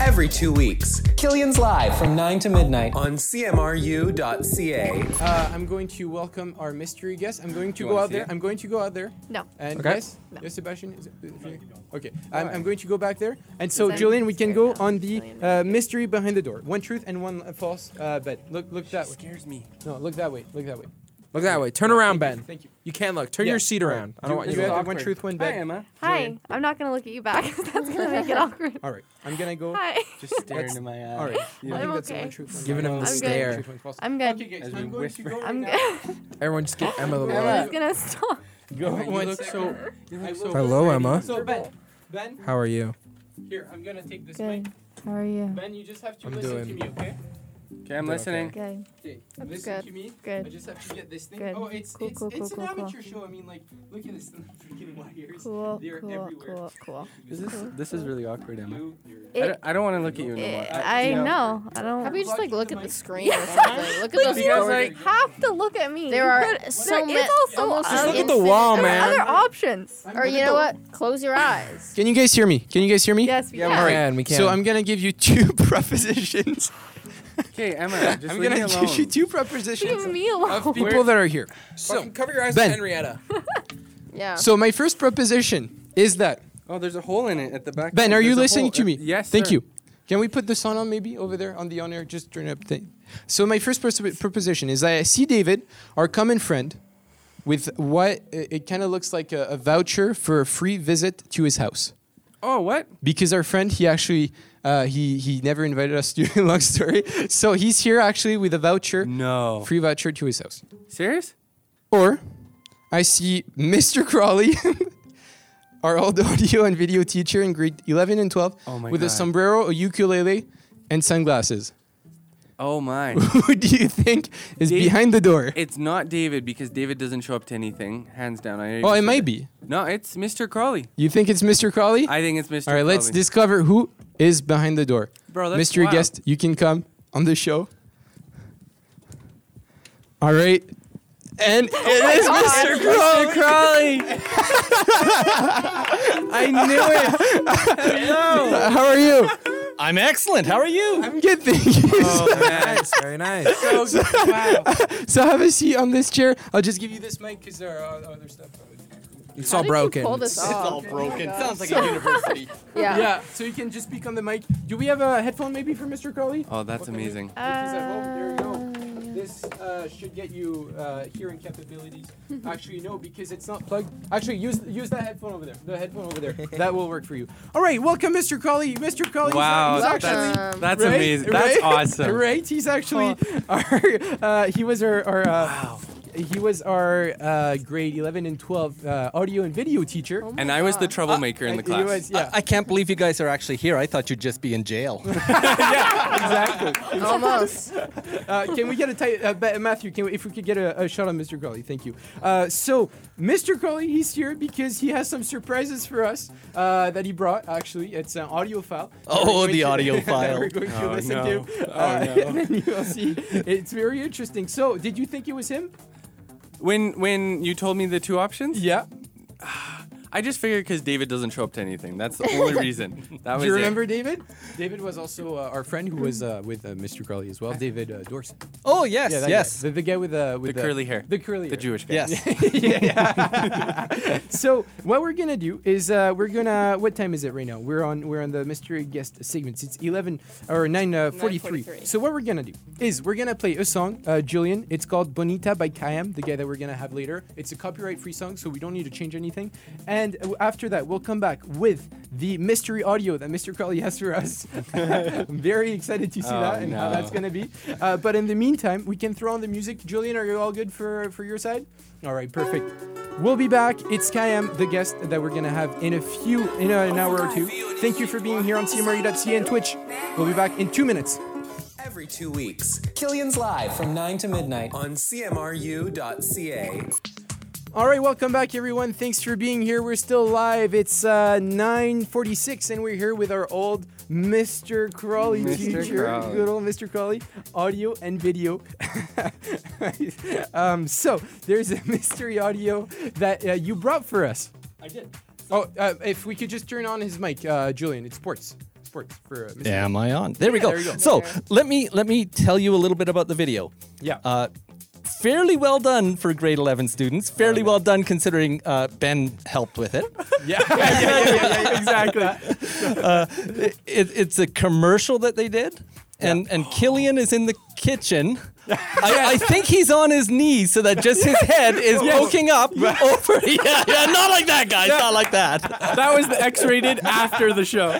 every two weeks. Killian's live from 9 to midnight on cmru.ca. Uh, I'm going to welcome our mystery guest. I'm going to You go wanna out see there. it? I'm going to go out there. No. And Okay. yes, No. yes, Sebastian. Is it, okay, I'm, I'm going to go back there. And so, I'm Julian, we can scared go now. on the Julian, uh, mystery behind the door. One truth and one false uh, bet. Look, look that way. Scares me. No, look that way. Look that way. Look that way. Turn around, Ben. Thank you. You can't look. Turn Yeah, your seat all right. around. I don't want You you. to have look. one truth, one Hi, bet. Emma. Hi. I'm not gonna look at you back. 'cause That's gonna make it awkward. All right. I'm gonna go. Hi. Just staring That's- into my eyes. All right. I I'm think that's okay. one truth. One Giving bet. him I'm the good. One stare. truth, one false. I'm good. Okay, guys, I'm As we going to whisper. go right I'm now. good. Everyone, just give Emma the I'm look. just gonna stop. Go. You You look look so. I will- Hello, Emma. So Ben, Ben, How are you? here I'm gonna take this mic. Good. How are you? Ben, you just have to I'm listen doing- to me, okay? Okay, I'm Okay. listening. Good. Okay. That's listen good. to me. I Good. just have to get this thing. Good. Oh, it's Cool, it's, cool, it's cool, an cool, amateur show. I mean, like, look at this thing. freaking wires. Cool. They're Cool. everywhere. Cool. Cool. This is this is really awkward, Emma. You, you're- I don't, It- I don't want to look at you it- anymore. Eh, I Yeah. know. I don't. How about you just like Plug look the at the mic. screen or something? Look at those you guys, doors. like- have to look at me. There You are could- so there many. is also um, almost Just look at the infinite- wall, there are other man. options. I'm Or gonna you know go. what? Close your eyes. Can you guys hear me? Can you guys hear me? Yes, we Yeah, can. we can. We can. So I'm gonna give you two propositions. Okay, Emma, just I'm leave me gonna alone. give you two Leave propositions me alone. of people that are here. so cover your eyes, Ben. with Henrietta. Yeah. So my first proposition is that Oh, there's a hole in it at the back. Ben, are you There's a listening hole. to me? Uh, Yes. Thank sir. you. Can we put the sound on maybe over there on the on air? Just turn it up. Thing. So my first pers- proposition is I see David, our common friend, with what uh, it, kind of looks like a, a voucher for a free visit to his house Oh, what? because our friend he actually uh, he he never invited us to long story. So he's here actually with a voucher, No. free voucher to his house. Serious? Or I see Mr. Crawley, our old audio and video teacher in grade 11 and 12, Oh my with a God. sombrero, a ukulele, and sunglasses. Oh my. Who do you think is Dave- behind the door? it's not David because David doesn't show up to anything, hands down. I already oh, it said might be. No, it's Mr. Crawley. You think it's Mr. Crawley? I think it's Mr. All right, let's Crawley. discover who is behind the door. Bro, that's Mystery wild. guest, you can come on the show. All right. And Oh it is Mr. Crawley. Mr. Crawley. I knew it. Hello. How are you? I'm excellent. How are you? I'm good, thank you. Oh man. nice, very nice. So, wow. So have a seat on this chair. I'll just give you this mic because there are o- other stuff. It's How all did broken. You pull this It's all off? Oh broken. Sounds like a university. Yeah. Yeah, so you can just speak on the mic. Do we have a headphone maybe for Mr. Crowley? Oh, that's amazing. Uh, Because I hope there you go. Uh, This uh, should get you uh, hearing capabilities. Actually, no, because it's not plugged. Actually, use use that headphone over there. The headphone over there. That will work for you. All right, welcome, Mr. Crowley. Mr. Crowley. is- Wow, he's that's actually- Welcome. that's Right? amazing. That's Right? awesome. Oh. Right? He's actually our. Uh, he was our. our uh, He was our uh, grade 11 and 12 uh, audio and video teacher. Oh my And I was the God. troublemaker in the And he class. was- yeah, I, I can't believe you guys are actually here. I thought you'd just be in jail. exactly. Almost. Uh, can we get a tight, uh, Ba- Matthew? Can we, if we could get a, a shot on Mr. Crowley? Thank you. Uh, so, Mr. Crowley, he's here because he has some surprises for us uh, that he brought. Actually, it's an audio file. Oh, We're going the to- audio that file. We're going to Oh, listen to. no. Uh, and then you'll see. It's very interesting. So, did you think it was him? When when you told me the two options, Yeah. I just figured because David doesn't show up to anything. That's the only reason. That was Do you it. remember David? David was also uh, our friend who was uh, with uh, Mr. Crowley as well. David uh, Dorset. Oh yes, that guy. yes, The, the guy with the with the curly hair, The curly the hair. Jewish guy. yes. So what we're gonna do is uh, we're gonna what time is it right now? We're on we're on the mystery guest segments. It's eleven or nine uh, forty three. 9:43. So what we're gonna do is we're gonna play a song, uh, Julian. It's called Bonita by Kayam, the guy that we're gonna have later. It's a copyright free song, so we don't need to change anything. And uh, after that, we'll come back with the mystery audio that Mr. Crowley has for us. I'm very excited to see Oh, that and how no. that's gonna be. Uh, but in the meantime, we can throw on the music. Julian, are you all good for for your side? All right, perfect. We'll be back. It's Kayam, the guest that we're gonna have in a few in a- an hour or two. Thank you for being here on CMRU.ca and Twitch. We'll be back in two minutes. Every two weeks. Killian's live from 9 to midnight on cmru.ca. All right, welcome back, everyone. Thanks for being here. We're still live. It's uh, 9:46, and we're here with our old Mr. Crawley Mr. teacher, Crawley. good old Mr. Crawley, audio and video. um, so there's a mystery audio that uh, you brought for us. I did. Oh, uh, if we could just turn on his mic, uh, Julian. It's sports. sports for uh, Mr. Am I on? There we go. there you go. So There. let me let me tell you a little bit about the video. Yeah. Uh, fairly well done for grade 11 students. Fairly well done considering uh, Ben helped with it. yeah. yeah, yeah, yeah, yeah, exactly. it, it's a commercial that they did, and and Killian is in the kitchen. I, I think he's on his knees so that just his head is poking up over. Yeah, yeah, not like that, guys. Not like that. That was the X-rated after the show.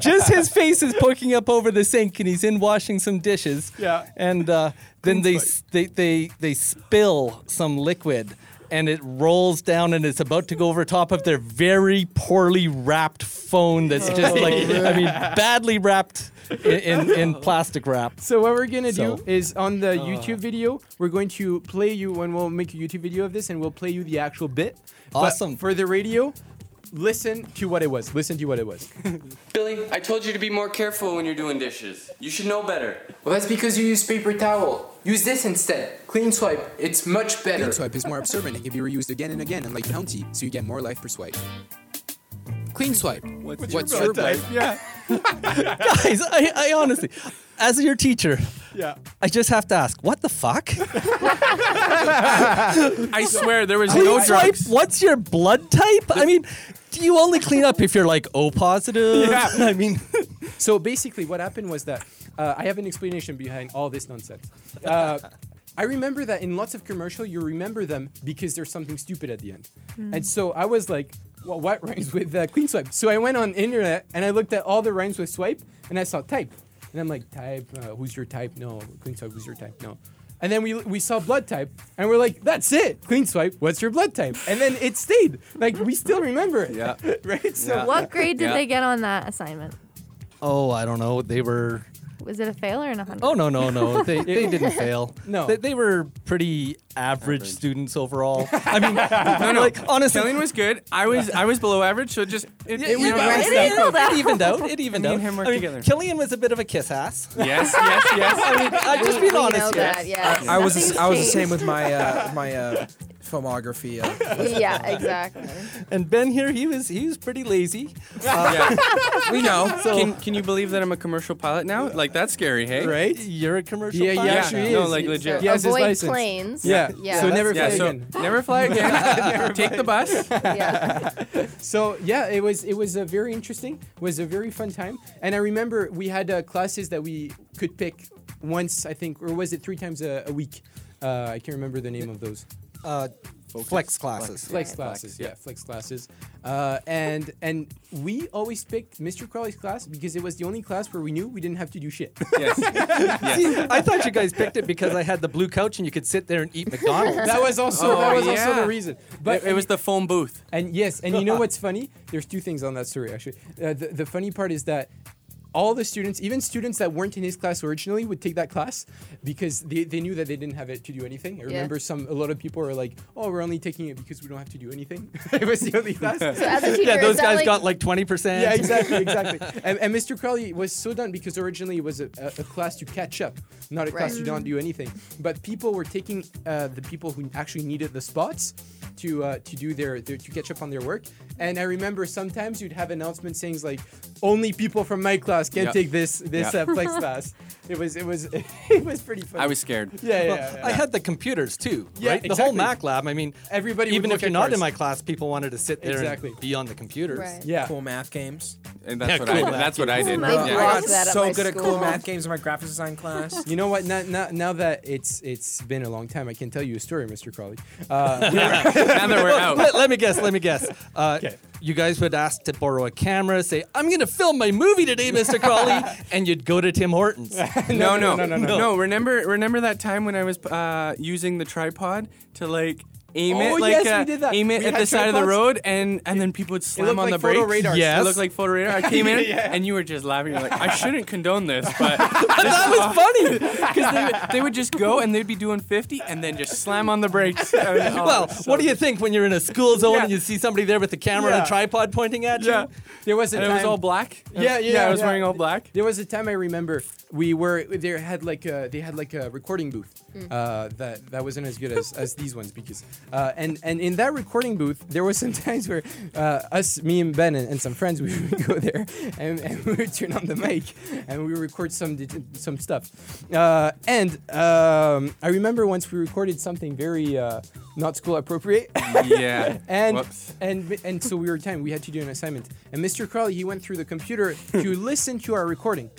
Just his face is poking up over the sink, and he's in washing some dishes. Yeah. and uh, then they, s- they they they spill some liquid. And it rolls down and it's about to go over top of their very poorly wrapped phone that's just like, I mean, badly wrapped in, in, in plastic wrap. So what we're gonna So- do is on the uh, YouTube video, we're going to play you and we'll make a YouTube video of this and we'll play you the actual bit. But Awesome. for the radio, listen to what it was. Listen to what it was. Billy, I told you to be more careful when you're doing dishes. You should know better. Well, that's because you use paper towel. Use this instead. Clean swipe. It's much better. Clean swipe is more absorbent and can be reused again and again, unlike bounty, so you get more life per swipe. Clean swipe. What's, your, blood type? yeah. guys, I, I honestly, as your teacher, Yeah. I just have to ask, what the fuck? I swear there was no It's like, drugs. what's your blood type? I mean, do you only clean up if you're like O positive? Yeah. I mean, So basically, what happened was that uh, I have an explanation behind all this nonsense. Uh, I remember that in lots of commercial, you remember them because there's something stupid at the end. And so I was like, well, what rhymes with uh, clean swipe? So I went on internet and I looked at all the rhymes with swipe and I saw type. And I'm like, type, uh, who's your type? No. Clean swipe, who's your type? No. And then we, we saw blood type and we're like, that's it. Clean swipe, what's your blood type? And then it stayed. Like, we still remember it. Yeah. right? So Yeah. What grade did Yeah. they get on that assignment? oh, I don't know. They were. Was it a fail or an 100? Oh no no no! They, they didn't fail. No. they, they were pretty average, students overall. I mean, like honestly, Killian was good. I was I was below average, so just it, Yeah, it you was know, Yeah, it, it is all that. evened out. It evened Me out. and him worked I mean, together. Killian was a bit of a kiss ass. Yes, yes, yes. I mean, I'm just being We honest. know here. that. Yeah. I was Nothing's I was the changed. same with my uh, my uh, filmography. Uh, yeah. Exactly. And Ben here, he was he was pretty lazy. Yeah. we know. Can, can you believe that I'm a commercial pilot now? Like that's scary, hey? Right? You're a commercial. Yeah, pilot yeah, now. Yeah. sure is. No, like So legit. He has his avoid license. planes. Yeah. Yeah. So that's- never Yeah, fail so again. never fly again. Take the bus. yeah. So yeah, it was it was a very interesting, was a very fun time, and I remember we had uh, classes that we could pick once I think, or was it three times a, a week? Uh, I can't remember the name of those Uh, flex classes. flex classes. yeah, flex classes. Uh, and and we always picked Mr. Crowley's class because it was the only class where we knew we didn't have to do shit. Yes. See, I thought you guys picked it because I had the blue couch and you could sit there and eat McDonald's. that was also that Oh, was also yeah. the reason. But it, was the phone booth. And yes, and you know what's funny? There's two things on that story actually. Uh, the, the funny part is that all the students, even students that weren't in his class originally, would take that class because they, they knew that they didn't have it to do anything. I remember some a lot of people were like, "Oh, we're only taking it because we don't have to do anything." it was the only class. So as a teacher, yeah, is those that guys like, got like twenty percent. Yeah, exactly, exactly. and, and Mr. Crowley was so done because originally it was a, a, a class to catch up, not a class Right. to not do anything. But people were taking uh, the people who actually needed the spots to uh, to do their, their to catch up on their work. And I remember sometimes you'd have announcements saying like, "Only people from my class can Yeah. take this this Yeah. uh, flex class." It was it was it was pretty funny. I was scared. yeah yeah. yeah, I had the computers too, Yeah, right? The whole exactly. Mac lab. I mean, Everybody would even if look you're at not yours. in my class, people wanted to sit there Exactly. and be on the computers. Right. yeah. Cool math games. And that's Yeah, what cool. I did. That's what I did. They I Yeah. blocked got that at so my good at cool school. math games in my graphics design class. You know what? Now, now, now that it's it's been a long time, I can tell you a story, Mr. Crowley. Uh, Now that we're Well, out. let, let me guess. Let me guess. Uh, You guys would ask to borrow a camera, say, "I'm going to film my movie today, Mr. Crawley," and you'd go to Tim Hortons. No, no, no, no, no. No, remember remember that time when I was uh, using the tripod to like aim Oh, it like yes, we uh, did that. aim it We at had the side of the tripods. road and and then people would slam looked on like the photo brakes. radars. It Yes. looked like photo radar. I came in and you were just laughing. You're like, I shouldn't condone this, but that was funny. because they, would- they would just go and they'd be doing 50 and then just slam on the brakes. Well, Oh, what do you think when you're in a school zone Yeah. and you see somebody there with a camera and Yeah. a tripod pointing at you? Yeah. there was a And it was time- all black. Yeah, yeah, I was yeah. wearing all black. There was a time I remember we were there had like a, they had like a recording booth uh, that that wasn't as good as, as these ones because Uh, and and in that recording booth, there was some times where uh, us, me and Ben and, and some friends, we would go there and, and we would turn on the mic and we would record some det- some stuff. Uh, and um, I remember once we recorded something very uh, not school appropriate. yeah. And Whoops. and and so we were time. We had to do an assignment. And Mr. Crowley, he went through the computer to listen to our recording.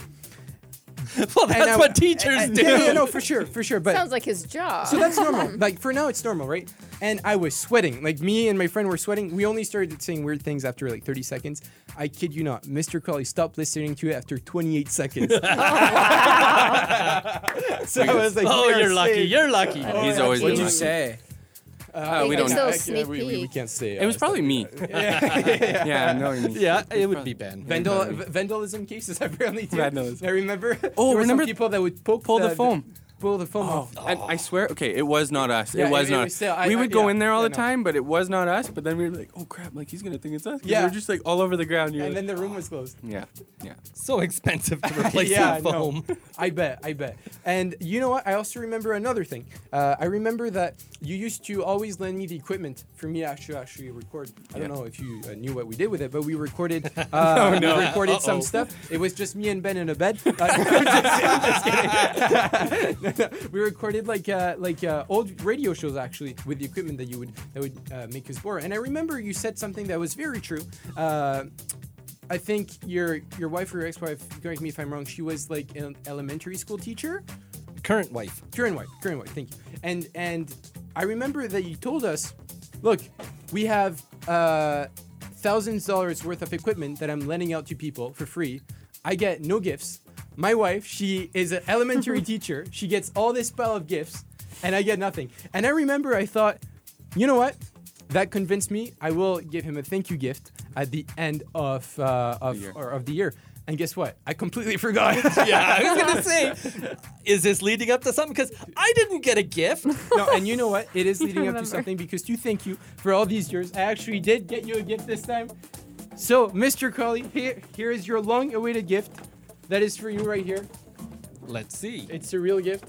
Well, And that's I- what teachers and- do. Yeah, yeah, no, for sure, for sure. But Sounds like his job. so that's normal. Like for now, it's normal, right? And I was sweating. Like me and my friend were sweating. We only started saying weird things after like 30 seconds. I kid you not. Mr. Crowley stopped listening to it after 28 seconds. so I was like, oh, we are you're lucky. saved. You're lucky. He's always What'd been you like- say? Uh, we Like don't so know. I- sneak we, we, we peek. can't say. It was probably me. Yeah, yeah, no, you mean. yeah, it would be Ben. Vandal- v- vandalism cases apparently too. Vandalism. I remember. Oh, there were remember some people that would poke pull the phone, foam. pull the foam off. Oh, And I swear, okay, it was not us. Yeah, it was it- it not. was us. still- I- we I- would go yeah, in there all yeah, the no. time, but it was not us. But then we were like, oh crap, like he's gonna think it's us. 'cause Yeah. we were just like all over the ground. oh, You're And like, then the room was closed. yeah, yeah. So expensive to replace Yeah, the I know. foam. I bet, I bet. And you know what? I also remember another thing. Uh, I remember that you used to always lend me the equipment for me to actually actually record. I don't Yeah. know if you uh, knew what we did with it, but we recorded. Uh, we no. recorded some Uh-oh. stuff. It was just me and Ben in a bed. Uh, I'm just- I'm just kidding. No, no. We recorded like uh, like uh, old radio shows actually with the equipment that you would that would uh, make us bored. And I remember you said something that was very true. Uh, I think your your wife or your ex-wife, correct me if I'm wrong, she was like an elementary school teacher. Current wife. Current wife, current wife, thank you. And and I remember that you told us, look, we have uh thousands dollars worth of equipment that I'm lending out to people for free. I get no gifts. My wife, she is an elementary teacher. She gets all this pile of gifts, and I get nothing. And I remember I thought, you know what? That convinced me. I will give him a thank you gift at the end of uh, of, year. or of the year. And guess what? I completely forgot. Yeah, I was gonna say, is this leading up to something? Because I didn't get a gift. no, and you know what? It is leading up to Remember. something because you thank you for all these years. I actually did get you a gift this time. So, Mr. Crowley, here here is your long-awaited gift. That is for you right here. Let's see. It's a real gift,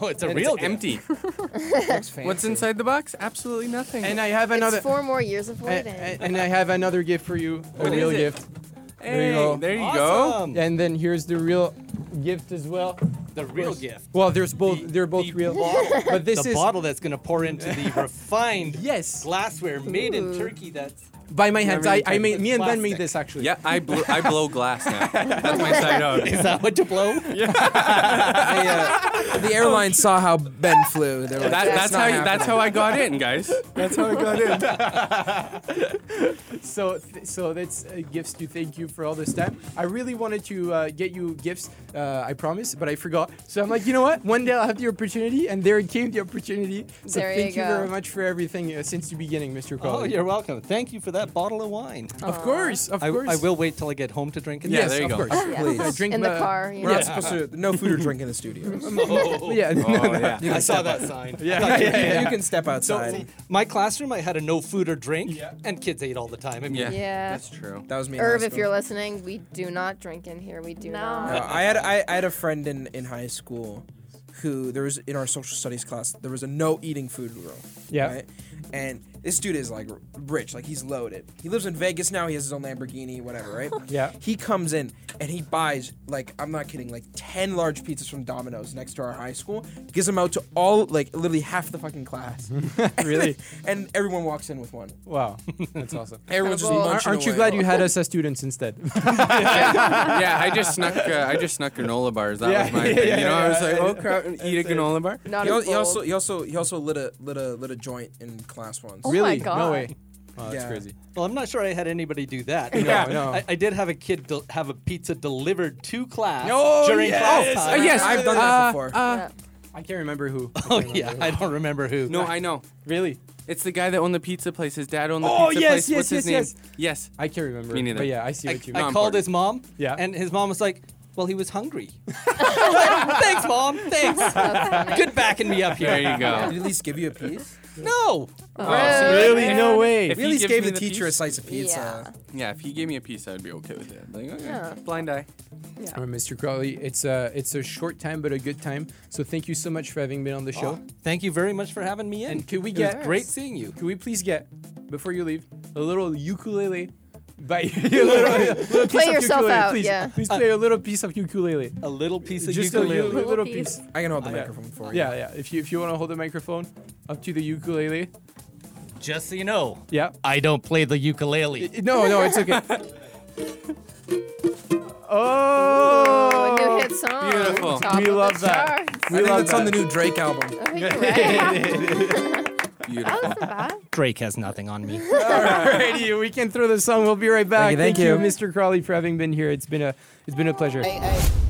oh, it's a it's real It's empty. What's inside the box? Absolutely nothing. and I have another. It's four more years of a- a- waiting. and, I have another gift for you. A What is real it? gift. hey, there you go. There you Awesome. And then here's the real gift as well. The real gift. Well, there's both. The- oh, they're both the real. bottle- But this the is bottle that's gonna pour into the refined yes glassware made in Ooh. Turkey. That's by my hands. I, really I tight. made me and Ben Plastic. made this actually. go. Yeah, I blow, I blow glass now. That's my side out. is that what you blow? I, uh, the airline saw how Ben flew. They were like, That, "That's that's not how happening." that's how I got in, guys. That's how I got in. So, th- so that's uh, gifts to thank you for all this time. I really wanted to uh, get you gifts, uh, I promise, but I forgot. So I'm like, you know what? One day I'll have the opportunity, and there came the opportunity. So There you thank you, go. very much for everything uh, since the beginning, Mr. Oh, Crowley. you're welcome. Thank you for that bottle of wine. Of course, of I, course. I will wait till I get home to drink it. Yeah, Yes, there you of go. course. Yeah. Please. I drink in the my- car. You We're know. not supposed to. No food or drink in the studio. Yeah. Oh yeah. I saw that sign. yeah, yeah, yeah. You can step outside. My classroom, I had a no food or drink, and kids ate all the time. I mean, Yeah. Yeah. That's true. that was me. in Irv, high if school. you're listening, we do not drink in here. We do No. not. No, I had I, I had a friend in, in high school who there was in our social studies class there was a no eating food rule. Yeah. And this dude is like r- rich, like he's loaded. He lives in Vegas now. He has his own Lamborghini, whatever, right? Yeah. He comes in and he buys like I'm not kidding, like ten large pizzas from Domino's next to our high school. Gives them out to all like literally half the fucking class. Mm-hmm. Really? and everyone walks in with one. Wow, that's awesome. Everyone's just Well, munching Aren't you away. glad you had us as students instead? Oh yeah, I just snuck. Uh, I just snuck granola bars. That Yeah, was my yeah, thing. yeah, you know, I was yeah, like, yeah. oh crap, and eat a granola bar. Not He, al- as he also bold. he also he also lit a lit a lit a joint in class once. Oh my really? No God. way. Oh, that's Yeah. crazy. well, I'm not sure I had anybody do that. Yeah. no. I, I did have a kid del- have a pizza delivered to class Oh, during yes. class Uh, time. yes, I've done that before. Uh, I can't remember who. I Oh can't yeah, remember I who. don't remember who. no, I know. Really? It's the guy that owned the pizza place. His dad owned the Oh, pizza yes, place. yes, What's his yes, name? Yes. I can't remember. Me neither. But yeah, I see I, what you I mean. No, I'm called bored. his mom. Yeah. And his mom was like, "Well, he was hungry." Thanks, mom. Thanks. Good backing me up There here. you Did go. he at least give you a piece? No. Oh, Rude, Really? man. No way. If We he at least gives gave me the the teacher a piece? slice of pizza. Yeah, if he gave me a piece, I'd be okay with it. Like, okay, Yeah. blind eye. Yeah. All right, Mr. Crawley, it's a it's a short time but a good time. So thank you so much for having been on the show. Thank you very much for having me in. And could we It get was great seeing you. Could we please get before you leave a little ukulele? By a little, a little piece Play of yourself ukulele, out, Please, yeah. please play a little piece of ukulele. A little piece of Just a ukulele. little, little Little piece. piece. I can hold the Yeah. microphone for you. Yeah, yeah. If you if you want to hold the microphone up to the ukulele, Just so you know, yeah. I don't play the ukulele. No, no, it's okay. oh, Oh, a new hit song. Beautiful. Top We of the love that. charts. I think that's on the new Drake album. I think you're right. That wasn't bad. Drake has nothing on me. Alrighty, we can throw the song. We'll be right back. Thank you, thank Mr. Crawley, for having been here. It's been a it's been a pleasure. I- I-